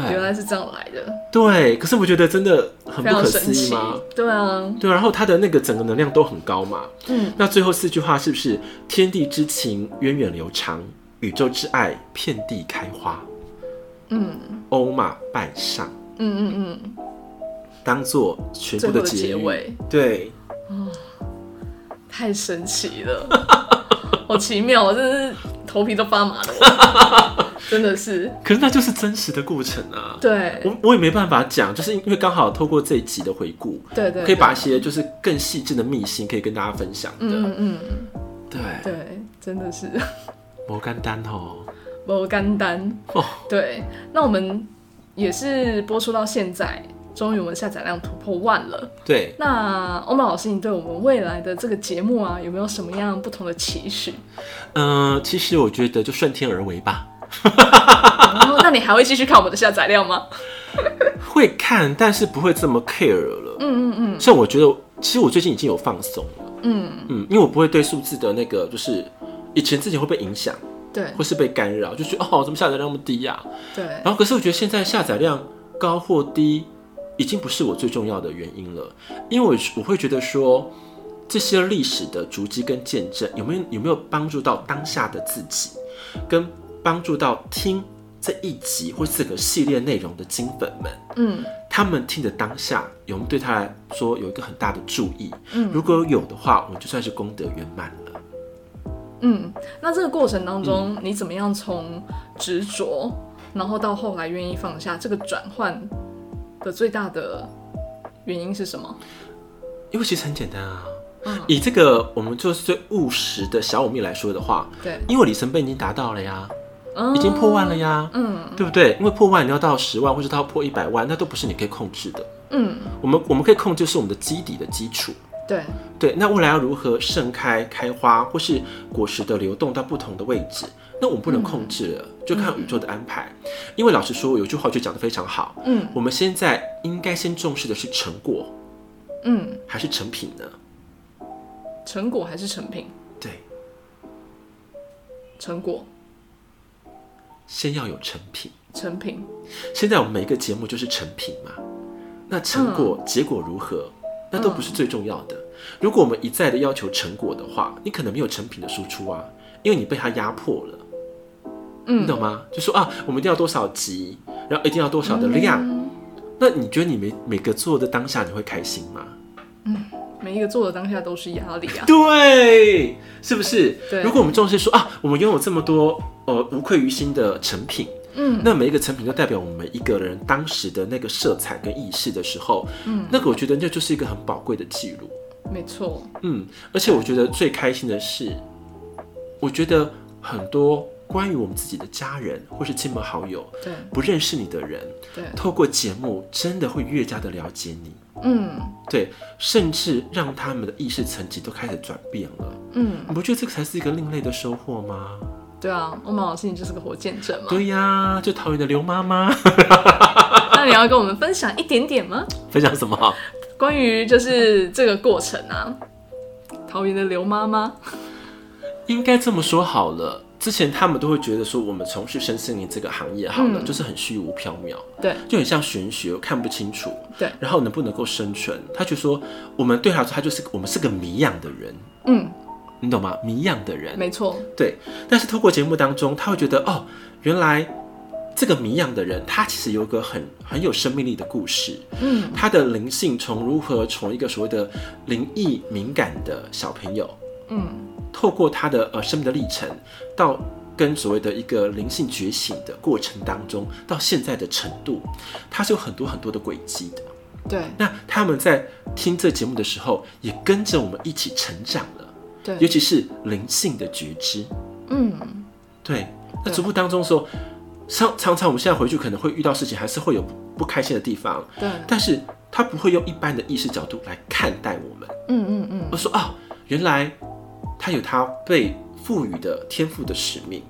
[SPEAKER 2] 原
[SPEAKER 1] 对
[SPEAKER 2] 来是这样来的，
[SPEAKER 1] 对，可是我觉得真的很不
[SPEAKER 2] 非常
[SPEAKER 1] 可
[SPEAKER 2] 神
[SPEAKER 1] 思议
[SPEAKER 2] 奇
[SPEAKER 1] 吗？。
[SPEAKER 2] 对啊，
[SPEAKER 1] 对，然后它的那个整个能量都很高嘛。
[SPEAKER 2] 嗯，
[SPEAKER 1] 那最后四句话是不是天地之情源远流长，宇宙之爱遍地开花？
[SPEAKER 2] 嗯
[SPEAKER 1] 欧马拜上，
[SPEAKER 2] 嗯嗯嗯，
[SPEAKER 1] 当做全
[SPEAKER 2] 最
[SPEAKER 1] 部
[SPEAKER 2] 后
[SPEAKER 1] 的
[SPEAKER 2] 的结
[SPEAKER 1] 结语
[SPEAKER 2] 尾
[SPEAKER 1] 对，
[SPEAKER 2] 太神奇了，好奇妙，我真的是头皮都发麻了，我真的是。
[SPEAKER 1] 可是那就是真实的过程啊。
[SPEAKER 2] 对，
[SPEAKER 1] 我我也没办法讲，就是因为刚好透过这一集的回顾，
[SPEAKER 2] 对对，
[SPEAKER 1] 可以把一
[SPEAKER 2] 对
[SPEAKER 1] 些就是更细致的秘辛可以跟大家分享的。
[SPEAKER 2] 嗯嗯嗯，
[SPEAKER 1] 对，
[SPEAKER 2] 对，真的是
[SPEAKER 1] 摩干丹哦，
[SPEAKER 2] 不简单。
[SPEAKER 1] 哦，
[SPEAKER 2] *laughs* 对，那我们也是播出到现在，终于我们下载量突破万了。
[SPEAKER 1] 对，
[SPEAKER 2] 那欧曼老师，你对我们未来的这个节目啊，有没有什么样不同的期许？
[SPEAKER 1] 嗯、其实我觉得就顺天而为吧。
[SPEAKER 2] 哦，那你还会继续看我们的下载
[SPEAKER 1] *laughs*
[SPEAKER 2] 量吗？
[SPEAKER 1] 会看，但是不会这么 care 了。
[SPEAKER 2] 嗯嗯
[SPEAKER 1] 像我觉得，其实我最近已经有放松了，
[SPEAKER 2] 嗯嗯，
[SPEAKER 1] 嗯，因为我不会对数字的那个，就是以前之前会被影响，
[SPEAKER 2] 对
[SPEAKER 1] 或是被干扰，就觉得哦，怎么下载量那么低呀、
[SPEAKER 2] 对，
[SPEAKER 1] 然后，可是我觉得现在下载量高或低，已经不是我最重要的原因了，因为我我会觉得说，这些历史的足迹跟见证有没有有没有帮助到当下的自己，跟帮助到听这一集或这个系列内容的金粉们，
[SPEAKER 2] 嗯
[SPEAKER 1] 他们听的当下有没有对他来说有一个很大的注意？
[SPEAKER 2] 嗯
[SPEAKER 1] 如果有的话，我们就算是功德圆满了。
[SPEAKER 2] 嗯。那这个过程当中，你怎么样从执着，然后到后来愿意放下，这个转换的最大的原因是什么？
[SPEAKER 1] 因为其实很简单啊，
[SPEAKER 2] 嗯
[SPEAKER 1] 以这个我们就是最务实的小五蜜来说的话，
[SPEAKER 2] 对，
[SPEAKER 1] 因为里程碑已经达到了呀，
[SPEAKER 2] 嗯
[SPEAKER 1] 已经破万了呀，
[SPEAKER 2] 嗯
[SPEAKER 1] 对不对？因为破万你要到十万或者到破一百万，那都不是你可以控制的。
[SPEAKER 2] 嗯，
[SPEAKER 1] 我们我们可以控制是我们的基底的基础。
[SPEAKER 2] 对，
[SPEAKER 1] 对，那未来要如何盛开、开花，或是果实的流动到不同的位置，那我们不能控制了，就看宇宙的安排。因为老实说，有句话就讲得非常好，
[SPEAKER 2] 嗯
[SPEAKER 1] 我们现在应该先重视的是成果
[SPEAKER 2] 嗯，
[SPEAKER 1] 还是成品呢？
[SPEAKER 2] 成果还是成品？
[SPEAKER 1] 对，
[SPEAKER 2] 成果，
[SPEAKER 1] 先要有成品。
[SPEAKER 2] 成品，
[SPEAKER 1] 现在我们每一个节目就是成品嘛，那成果、结果如何，那都不是最重要的。如果我们一再的要求成果的话，你可能没有成品的输出啊，因为你被它压迫了，你
[SPEAKER 2] 嗯，
[SPEAKER 1] 懂吗？就说啊，我们一定要多少集，然后一定要多少的量。
[SPEAKER 2] 嗯
[SPEAKER 1] 那你觉得你每每个做的当下，你会开心吗？
[SPEAKER 2] 每一个做的当下都是压力 *laughs* 啊。
[SPEAKER 1] 对，是不是？
[SPEAKER 2] 对
[SPEAKER 1] 如果我们重视说啊，我们拥有这么多呃无愧于心的成品，
[SPEAKER 2] 嗯，
[SPEAKER 1] 那每一个成品都代表我们一个人当时的那个色彩跟意识的时候，嗯，那个我觉得那就是一个很宝贵的记录，
[SPEAKER 2] 没错，
[SPEAKER 1] 嗯，而且我觉得最开心的是，我觉得很多关于我们自己的家人或是亲朋好友，
[SPEAKER 2] 对
[SPEAKER 1] 不认识你的人，
[SPEAKER 2] 对，
[SPEAKER 1] 透过节目真的会越加的了解你，
[SPEAKER 2] 嗯
[SPEAKER 1] 对，甚至让他们的意识层级都开始转变了。
[SPEAKER 2] 嗯，
[SPEAKER 1] 你不觉得这个才是一个另类的收获吗？
[SPEAKER 2] 对啊，欧玛老师你就是个活见证嘛。
[SPEAKER 1] 对呀、就桃园的刘妈妈 *laughs*
[SPEAKER 2] 那你要跟我们分享一点点吗？
[SPEAKER 1] 分享什么？
[SPEAKER 2] 关于就是这个过程啊，桃园的刘妈妈，
[SPEAKER 1] 应该这么说好了。之前他们都会觉得说，我们从事身心灵这个行业好了，
[SPEAKER 2] 嗯
[SPEAKER 1] 就是很虚无缥缈，
[SPEAKER 2] 对
[SPEAKER 1] 就很像玄学，看不清楚。
[SPEAKER 2] 对，
[SPEAKER 1] 然后能不能够生存？他就说，我们对他来说，他就是我们是个谜样的人，
[SPEAKER 2] 嗯，
[SPEAKER 1] 你懂吗？谜样的人，
[SPEAKER 2] 没错，
[SPEAKER 1] 对。但是透过节目当中，他会觉得哦，原来这个谜样的人，他其实有一个很很有生命力的故事。
[SPEAKER 2] 嗯，
[SPEAKER 1] 他的灵性从如何从一个所谓的灵异敏感的小朋友，
[SPEAKER 2] 嗯，
[SPEAKER 1] 透过他的呃生命的历程，到跟所谓的一个灵性觉醒的过程当中，到现在的程度，他是有很多很多的轨迹的。
[SPEAKER 2] 对
[SPEAKER 1] 那他们在听这节目的时候，也跟着我们一起成长了，尤
[SPEAKER 2] 对，
[SPEAKER 1] 其是灵性的觉知。
[SPEAKER 2] 嗯，
[SPEAKER 1] 对，那
[SPEAKER 2] 对
[SPEAKER 1] 逐步当中说，常常常我们现在回去可能会遇到事情，还是会有不不开心的地方，
[SPEAKER 2] 对，
[SPEAKER 1] 但是他不会用一般的意识角度来看待我们，
[SPEAKER 2] 嗯嗯嗯，
[SPEAKER 1] 而说啊、原来他有他被赋予的天赋的使命，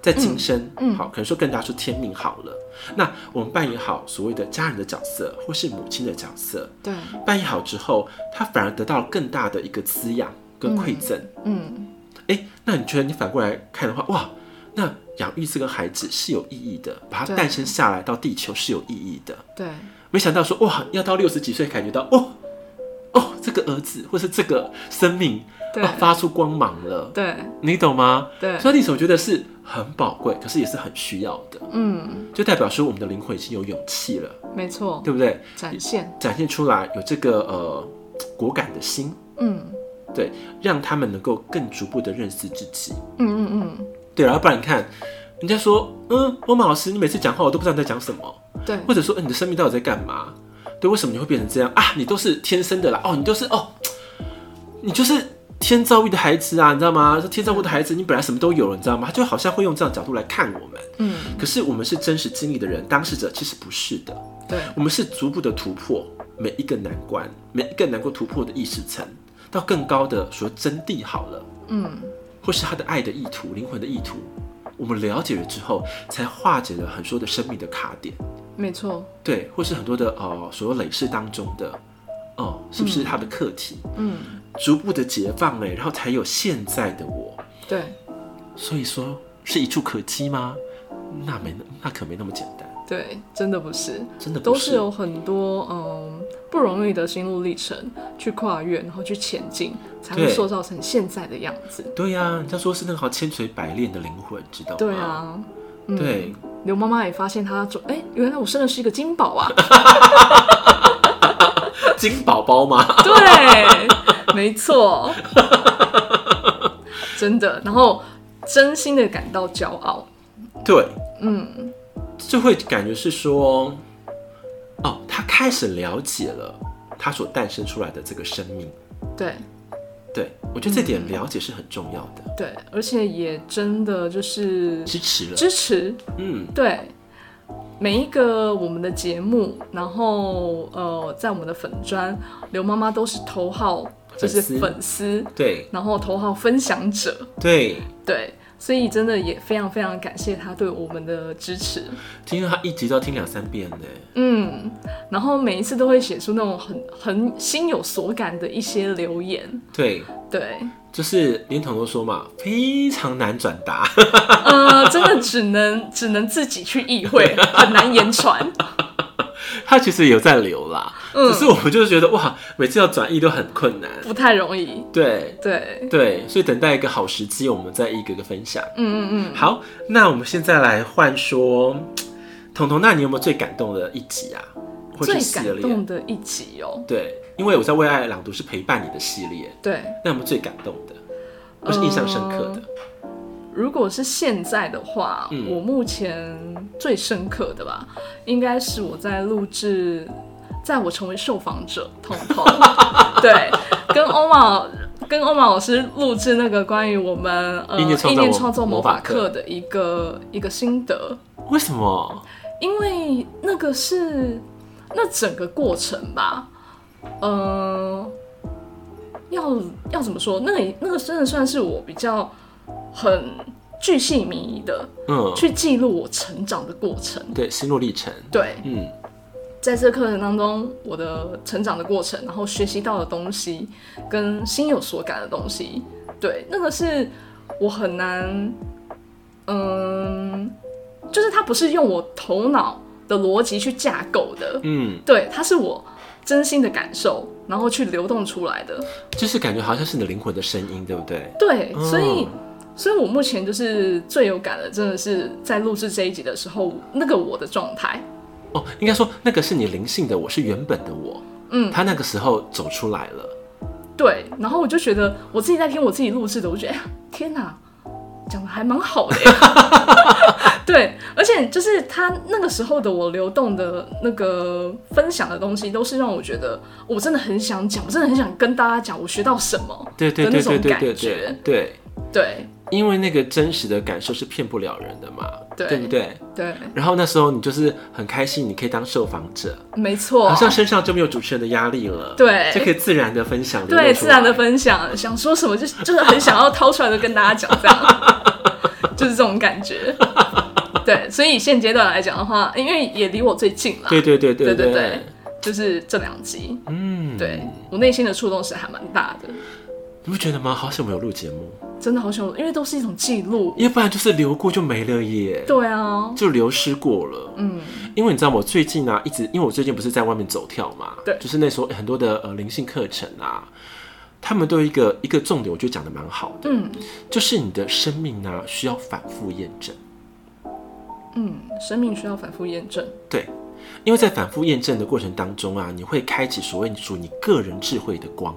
[SPEAKER 1] 在今生，
[SPEAKER 2] 嗯
[SPEAKER 1] 好，可能说更大说天命好了。那我们扮演好所谓的家人的角色，或是母亲的角色，
[SPEAKER 2] 对，
[SPEAKER 1] 扮演好之后，他反而得到了更大的一个滋养跟馈赠。
[SPEAKER 2] 嗯，
[SPEAKER 1] 哎、那你觉得你反过来看的话，哇，那养育这个孩子是有意义的，把他
[SPEAKER 2] 对
[SPEAKER 1] 诞生下来到地球是有意义的。
[SPEAKER 2] 对，
[SPEAKER 1] 没想到说哇，要到六十几岁感觉到哦哦，这个儿子或是这个生命
[SPEAKER 2] 对
[SPEAKER 1] 哦、发出光芒了，
[SPEAKER 2] 对，
[SPEAKER 1] 你懂吗？
[SPEAKER 2] 对，
[SPEAKER 1] 所以历史我觉得是很宝贵，可是也是很需要的，
[SPEAKER 2] 嗯，
[SPEAKER 1] 就代表说我们的灵魂已经有勇气了，
[SPEAKER 2] 没错，
[SPEAKER 1] 对不对？
[SPEAKER 2] 展现，
[SPEAKER 1] 展现出来有这个呃果敢的心，
[SPEAKER 2] 嗯
[SPEAKER 1] 对，让他们能够更逐步的认识自己。
[SPEAKER 2] 嗯嗯
[SPEAKER 1] 对，然后不然你看，人家说，嗯，欧曼老师，你每次讲话我都不知道你在讲什么，
[SPEAKER 2] 嗯，对，
[SPEAKER 1] 或者说，嗯，你的生命到底在干嘛？对，为什么你会变成这样啊？你都是天生的啦，哦，你都是哦，你就是天造遇的孩子啊，你知道吗？这天造物的孩子，你本来什么都有了，你知道吗？他就好像会用这样的角度来看我们，
[SPEAKER 2] 嗯
[SPEAKER 1] 可是我们是真实经历的人，当事者其实不是的，
[SPEAKER 2] 对，
[SPEAKER 1] 我们是逐步的突破每一个难关，每一个能够突破的意识层，到更高的所谓真谛好了。
[SPEAKER 2] 嗯
[SPEAKER 1] 或是他的爱的意图、灵魂的意图，我们了解了之后，才化解了很多的生命的卡点，
[SPEAKER 2] 没错，
[SPEAKER 1] 对，或是很多的呃所有累世当中的，哦、是不是他的课题，
[SPEAKER 2] 嗯
[SPEAKER 1] 逐步的解放了，然后才有现在的我。
[SPEAKER 2] 对
[SPEAKER 1] 所以说是一触可及吗？那没那那可没那么简单，
[SPEAKER 2] 对，真的不是，
[SPEAKER 1] 真的不
[SPEAKER 2] 都是有很多嗯不容易的心路历程去跨越，然后去前进，才会
[SPEAKER 1] 对
[SPEAKER 2] 塑造成现在的样子。
[SPEAKER 1] 对呀、人家说是那个好千锤百炼的灵魂，知道吗？
[SPEAKER 2] 对，啊，嗯、
[SPEAKER 1] 对，
[SPEAKER 2] 刘妈妈也发现她 *laughs* 说，哎、原来我生的是一个金宝 *laughs* 啊！
[SPEAKER 1] 金宝宝嘛，
[SPEAKER 2] 对，没 *laughs* 错，真的。然后真心的感到骄傲，
[SPEAKER 1] 对，
[SPEAKER 2] 嗯，
[SPEAKER 1] 就会感觉是说，哦，他开始了解了他所诞生出来的这个生命。
[SPEAKER 2] 对
[SPEAKER 1] 对我觉得这
[SPEAKER 2] 嗯
[SPEAKER 1] 点了解是很重要的，
[SPEAKER 2] 对，而且也真的就是
[SPEAKER 1] 支持了，
[SPEAKER 2] 支持
[SPEAKER 1] 嗯，
[SPEAKER 2] 对每一个我们的节目，然后呃，在我们的粉砖，刘妈妈都是头号就是
[SPEAKER 1] 粉丝
[SPEAKER 2] 粉丝，
[SPEAKER 1] 对
[SPEAKER 2] 然后头号分享者，
[SPEAKER 1] 对，
[SPEAKER 2] 对，所以真的也非常非常感谢她对我们的支持，
[SPEAKER 1] 听了他一集都要听两三遍呢，
[SPEAKER 2] 嗯，然后每一次都会写出那种很很心有所感的一些留言，
[SPEAKER 1] 对，
[SPEAKER 2] 对，
[SPEAKER 1] 就是连彤都说嘛，非常难转达， *laughs*
[SPEAKER 2] 呃，真的只能只能自己去意会，很难言传，
[SPEAKER 1] 他其实有在留啦，
[SPEAKER 2] 嗯
[SPEAKER 1] 只是我们就是觉得哇，每次要转译都很困难，
[SPEAKER 2] 不太容易，
[SPEAKER 1] 对
[SPEAKER 2] 对，
[SPEAKER 1] 对，所以等待一个好时机，我们再一个一个分享。
[SPEAKER 2] 嗯嗯嗯。
[SPEAKER 1] 好，那我们现在来换说，彤彤，那你有没有最感动的一集啊？或
[SPEAKER 2] 最
[SPEAKER 1] 是系
[SPEAKER 2] 感
[SPEAKER 1] 列
[SPEAKER 2] 动？的一集哦，
[SPEAKER 1] 对，因为我在为爱朗读是陪伴你的系列，
[SPEAKER 2] 对，
[SPEAKER 1] 那有没有最感动的，或是印象深刻
[SPEAKER 2] 呃
[SPEAKER 1] 的？
[SPEAKER 2] 如果是现在的话，
[SPEAKER 1] 嗯
[SPEAKER 2] 我目前最深刻的吧，应该是我在录制，在我成为受访者，彤
[SPEAKER 1] *laughs*
[SPEAKER 2] 彤，对，跟欧玛。跟欧玛老师录制那个关于我们呃
[SPEAKER 1] 意念创造魔
[SPEAKER 2] 创造魔
[SPEAKER 1] 魔法
[SPEAKER 2] 法
[SPEAKER 1] 课
[SPEAKER 2] 课的一个一个心得，
[SPEAKER 1] 为什么？
[SPEAKER 2] 因为那个是那整个过程吧，呃，要要怎么说？那个那个真的算是我比较很巨细靡遗的
[SPEAKER 1] 嗯，
[SPEAKER 2] 去记录我成长的过程。
[SPEAKER 1] 对，心路历程，
[SPEAKER 2] 对，
[SPEAKER 1] 嗯，
[SPEAKER 2] 在这课程当中，我的成长的过程，然后学习到的东西，跟心有所感的东西，对，那个是我很难，嗯，就是它不是用我头脑的逻辑去架构的，
[SPEAKER 1] 嗯，
[SPEAKER 2] 对，它是我真心的感受，然后去流动出来的，
[SPEAKER 1] 就是感觉好像是你的灵魂的声音，对不对？
[SPEAKER 2] 对，
[SPEAKER 1] 嗯
[SPEAKER 2] 所以。所以，我目前就是最有感的，真的是在录制这一集的时候，那个我的状态，
[SPEAKER 1] 哦，应该说那个是你灵性的我，是原本的我，
[SPEAKER 2] 嗯
[SPEAKER 1] 他那个时候走出来了，
[SPEAKER 2] 对，然后我就觉得我自己在听我自己录制的，我觉得哎呀天哪，讲的还蛮好的耶。 *laughs* 对，而且就是他那个时候的我流动的那个分享的东西，都是让我觉得我真的很想讲，我真的很想跟大家讲我学到什么。
[SPEAKER 1] 对对
[SPEAKER 2] 的
[SPEAKER 1] 对
[SPEAKER 2] 那种
[SPEAKER 1] 对对
[SPEAKER 2] 感
[SPEAKER 1] 对
[SPEAKER 2] 觉
[SPEAKER 1] 对对，
[SPEAKER 2] 对
[SPEAKER 1] 因为那个真实的感受是骗不了人的嘛，
[SPEAKER 2] 对
[SPEAKER 1] 不对？
[SPEAKER 2] 对，
[SPEAKER 1] 然后那时候你就是很开心，你可以当受访者，
[SPEAKER 2] 没错
[SPEAKER 1] 好，像身上就没有主持人的压力了，
[SPEAKER 2] 对
[SPEAKER 1] 就可以自然的分享，流露
[SPEAKER 2] 对，
[SPEAKER 1] 出
[SPEAKER 2] 自然的
[SPEAKER 1] 来
[SPEAKER 2] 分享，想说什么就是就是很想要掏出来的跟大家讲，这样 *laughs* 就是这种感觉。对，所以现阶段来讲的话，因为也离我最近了，
[SPEAKER 1] 对对对对
[SPEAKER 2] 对对对，就是这两集，
[SPEAKER 1] 嗯，
[SPEAKER 2] 对、我内心的触动是还蛮大的，
[SPEAKER 1] 你不觉得吗？好想我们有录节目，
[SPEAKER 2] 真的好想，因为都是一种记录。
[SPEAKER 1] 要不然就是流过就没了耶，
[SPEAKER 2] 对啊，
[SPEAKER 1] 就流失过了。
[SPEAKER 2] 嗯，
[SPEAKER 1] 因为你知道我最近呢、一直因为我最近不是在外面走跳嘛，
[SPEAKER 2] 对
[SPEAKER 1] 就是那时候很多的呃灵性课程啊，他们都有一个一个重点，我觉得讲的蛮好的，
[SPEAKER 2] 嗯
[SPEAKER 1] 就是你的生命呢、需要反复验证，
[SPEAKER 2] 嗯，生命需要反复验证。
[SPEAKER 1] 对，因为在反复验证的过程当中啊，你会开启所谓属于你个人智慧的光，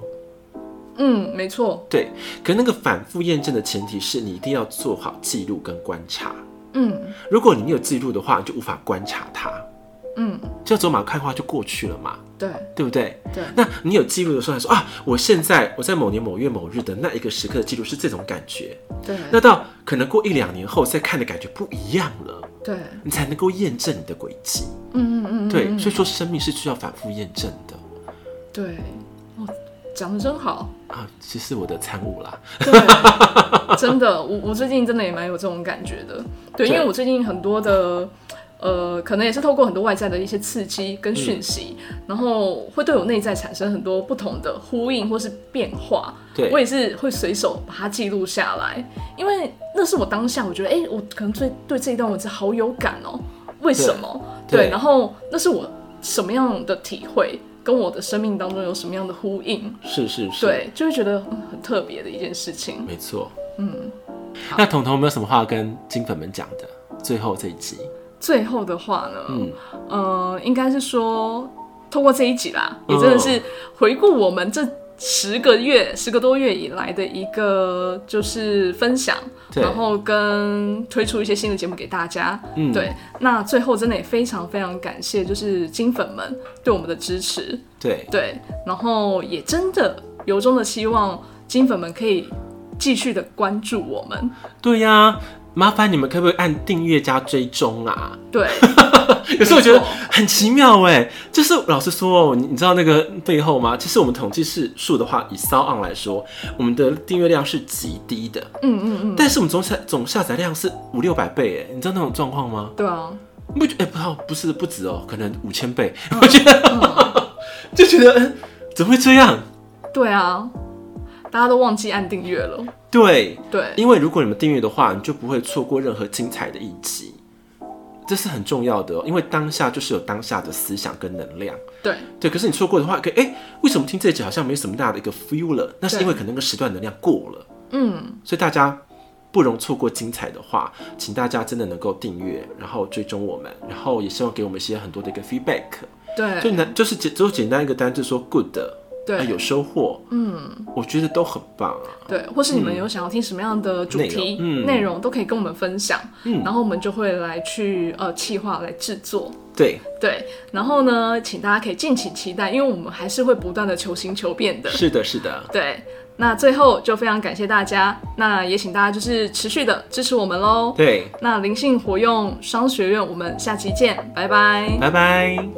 [SPEAKER 2] 嗯，没错。
[SPEAKER 1] 对，可那个反复验证的前提是你一定要做好记录跟观察，
[SPEAKER 2] 嗯
[SPEAKER 1] 如果你没有记录的话，你就无法观察它，
[SPEAKER 2] 嗯，
[SPEAKER 1] 就走马看花就过去了嘛，
[SPEAKER 2] 对
[SPEAKER 1] 对不对？
[SPEAKER 2] 对，
[SPEAKER 1] 那你有记录的时候，还说啊，我现在我在某年某月某日的那一个时刻的记录是这种感觉。
[SPEAKER 2] 对
[SPEAKER 1] 那到可能过一两年后再看的感觉不一样了，
[SPEAKER 2] 对，
[SPEAKER 1] 你才能够验证你的轨迹。
[SPEAKER 2] 嗯嗯嗯，嗯
[SPEAKER 1] 对，
[SPEAKER 2] 嗯
[SPEAKER 1] 所以说生命是需要反复验证的
[SPEAKER 2] 对，哦，讲的真好。
[SPEAKER 1] 啊。其实我的参悟啦，
[SPEAKER 2] 对，真的，我我最近真的也蛮有这种感觉的。对，因为
[SPEAKER 1] 对
[SPEAKER 2] 我最近很多的，呃，可能也是透过很多外在的一些刺激跟
[SPEAKER 1] 嗯
[SPEAKER 2] 讯息，然后会对我内在产生很多不同的呼应或是变化。
[SPEAKER 1] 对
[SPEAKER 2] 我也是会随手把它记录下来，因为那是我当下我觉得，哎、我可能对对这一段文字好有感哦、为什么？
[SPEAKER 1] 对
[SPEAKER 2] 对，然后那是我什么样的体会，跟我的生命当中有什么样的呼应？
[SPEAKER 1] 是是是，，
[SPEAKER 2] 对，就会觉得嗯很特别的一件事情。
[SPEAKER 1] 没错，嗯。那彤彤有没有什么话要跟金粉们讲的？最后这一集，
[SPEAKER 2] 最后的话呢，
[SPEAKER 1] 嗯，
[SPEAKER 2] 呃，应该是说，通过这一集啦，
[SPEAKER 1] 嗯
[SPEAKER 2] 也真的是回顾我们这十个月、十个多月以来的一个就是分享，
[SPEAKER 1] 对
[SPEAKER 2] 然后跟推出一些新的节目给大家。
[SPEAKER 1] 嗯
[SPEAKER 2] 对，那最后真的也非常非常感谢，就是金粉们对我们的支持。
[SPEAKER 1] 对，
[SPEAKER 2] 对，然后也真的由衷的希望金粉们可以继续的关注我们。
[SPEAKER 1] 对呀、麻烦你们可不可以按订阅加追踪啊？
[SPEAKER 2] 对，
[SPEAKER 1] 有时候我觉得
[SPEAKER 2] 没错
[SPEAKER 1] 很奇妙哎，就是老实说哦，你你知道那个背后吗？其实我们统计是数的话，以 s o n 来说，我们的订阅量是极低的，
[SPEAKER 2] 嗯嗯嗯，
[SPEAKER 1] 但是我们总下总下载量是五六百倍哎，你知道那种状况吗？
[SPEAKER 2] 对啊，
[SPEAKER 1] 你不觉哎、不好不是不止哦，可能五千倍，我觉得、 *laughs* 就觉得嗯怎么会这样？
[SPEAKER 2] 对啊，大家都忘记按订阅了。
[SPEAKER 1] 对，
[SPEAKER 2] 对，
[SPEAKER 1] 因为如果你们订阅的话，你就不会错过任何精彩的一集，这是很重要的、哦，因为当下就是有当下的思想跟能量。
[SPEAKER 2] 对，
[SPEAKER 1] 对，可是你错过的话，可以哎、为什么听这一集好像没什么大的一个 feel 了？那是
[SPEAKER 2] 对
[SPEAKER 1] 因为可能那个时段能量过了，
[SPEAKER 2] 嗯，
[SPEAKER 1] 所以大家不容错过精彩的话，请大家真的能够订阅，然后追踪我们，然后也希望给我们一些很多的一个 feedback。就
[SPEAKER 2] 对，
[SPEAKER 1] 难就是简只有简单一个单字说 good，
[SPEAKER 2] 对
[SPEAKER 1] 啊有收获，
[SPEAKER 2] 嗯，
[SPEAKER 1] 我觉得都很棒啊。
[SPEAKER 2] 对，或是你们有想要听什么样的主
[SPEAKER 1] 内
[SPEAKER 2] 题、
[SPEAKER 1] 容嗯
[SPEAKER 2] 内容，都可以跟我们分享，
[SPEAKER 1] 嗯
[SPEAKER 2] 然后我们就会来去呃企划来制作。
[SPEAKER 1] 对，
[SPEAKER 2] 对，然后呢，请大家可以敬请期待，因为我们还是会不断的求新求变的。
[SPEAKER 1] 是的，是的，
[SPEAKER 2] 对，那最后就非常感谢大家，那也请大家就是持续的支持我们喽。
[SPEAKER 1] 对，
[SPEAKER 2] 那灵性活用商学院，我们下期见，拜拜。
[SPEAKER 1] 拜拜。